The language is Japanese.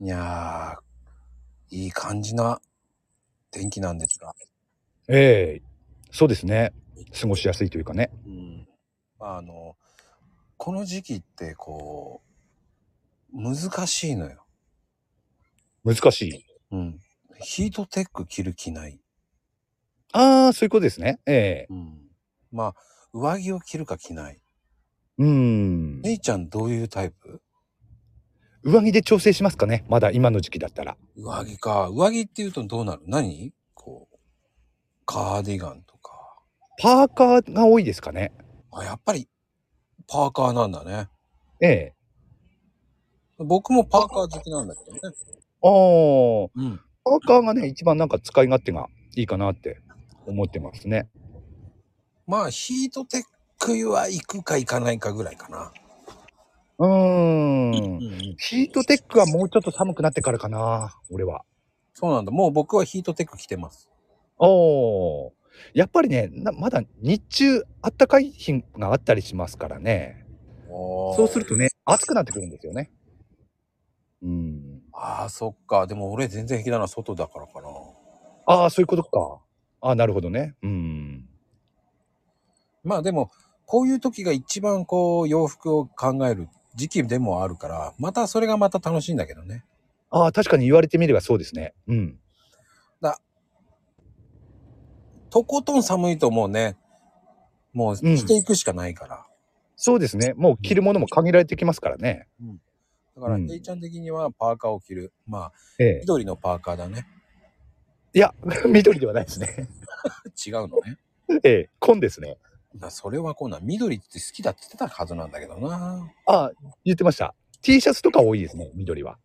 いやー、いい感じな天気なんですが、ええそうですね。過ごしやすいというかね。うん、まああの、この時期ってこう、難しいのよ。難しい。うん。ヒートテック着る着ない。ああ、そういうことですね。ええうん。まあ、上着を着るか着ない。うーん。姉ちゃんどういうタイプ上着で調整しますかね。まだ今の時期だったら。上着か。上着っていうとどうなる何こう、カーディガンとか。パーカーが多いですかね。あ、やっぱり、パーカーなんだね。ええ僕もパーカー好きなんだけどね。ああ、うん。パーカーがね、一番なんか使い勝手がいいかなって思ってますね。まあ、ヒートテックは行くか行かないかぐらいかな。うー。うんん。ヒートテックはもうちょっと寒くなってからかな。俺は。そうなんだ。もう僕はヒートテック着てます。おーやっぱりねなまだ日中あったかい日があったりしますからねそそうするとね暑くなってくるんですよねうんああ、そっか。でも俺全然平気なのは外だからかな。ああそういうことかああなるほどねうんまあでも、こういう時が一番こう洋服を考える時期でもあるから、またそれがまた楽しいんだけどね。ああ確かに言われてみればそうですねうんとことん寒いともうね、もう着ていくしかないから。そうですねもう着るものも限られてきますからねだから、うん A ちゃん的にはパーカーを着る。まあ、ええ緑のパーカーだね。いや 緑ではないですね 違うのね。ええ紺ですねだそれはこんなん緑って好きだって言ってたはずなんだけどな。ああ言ってました T シャツとか多いですね緑は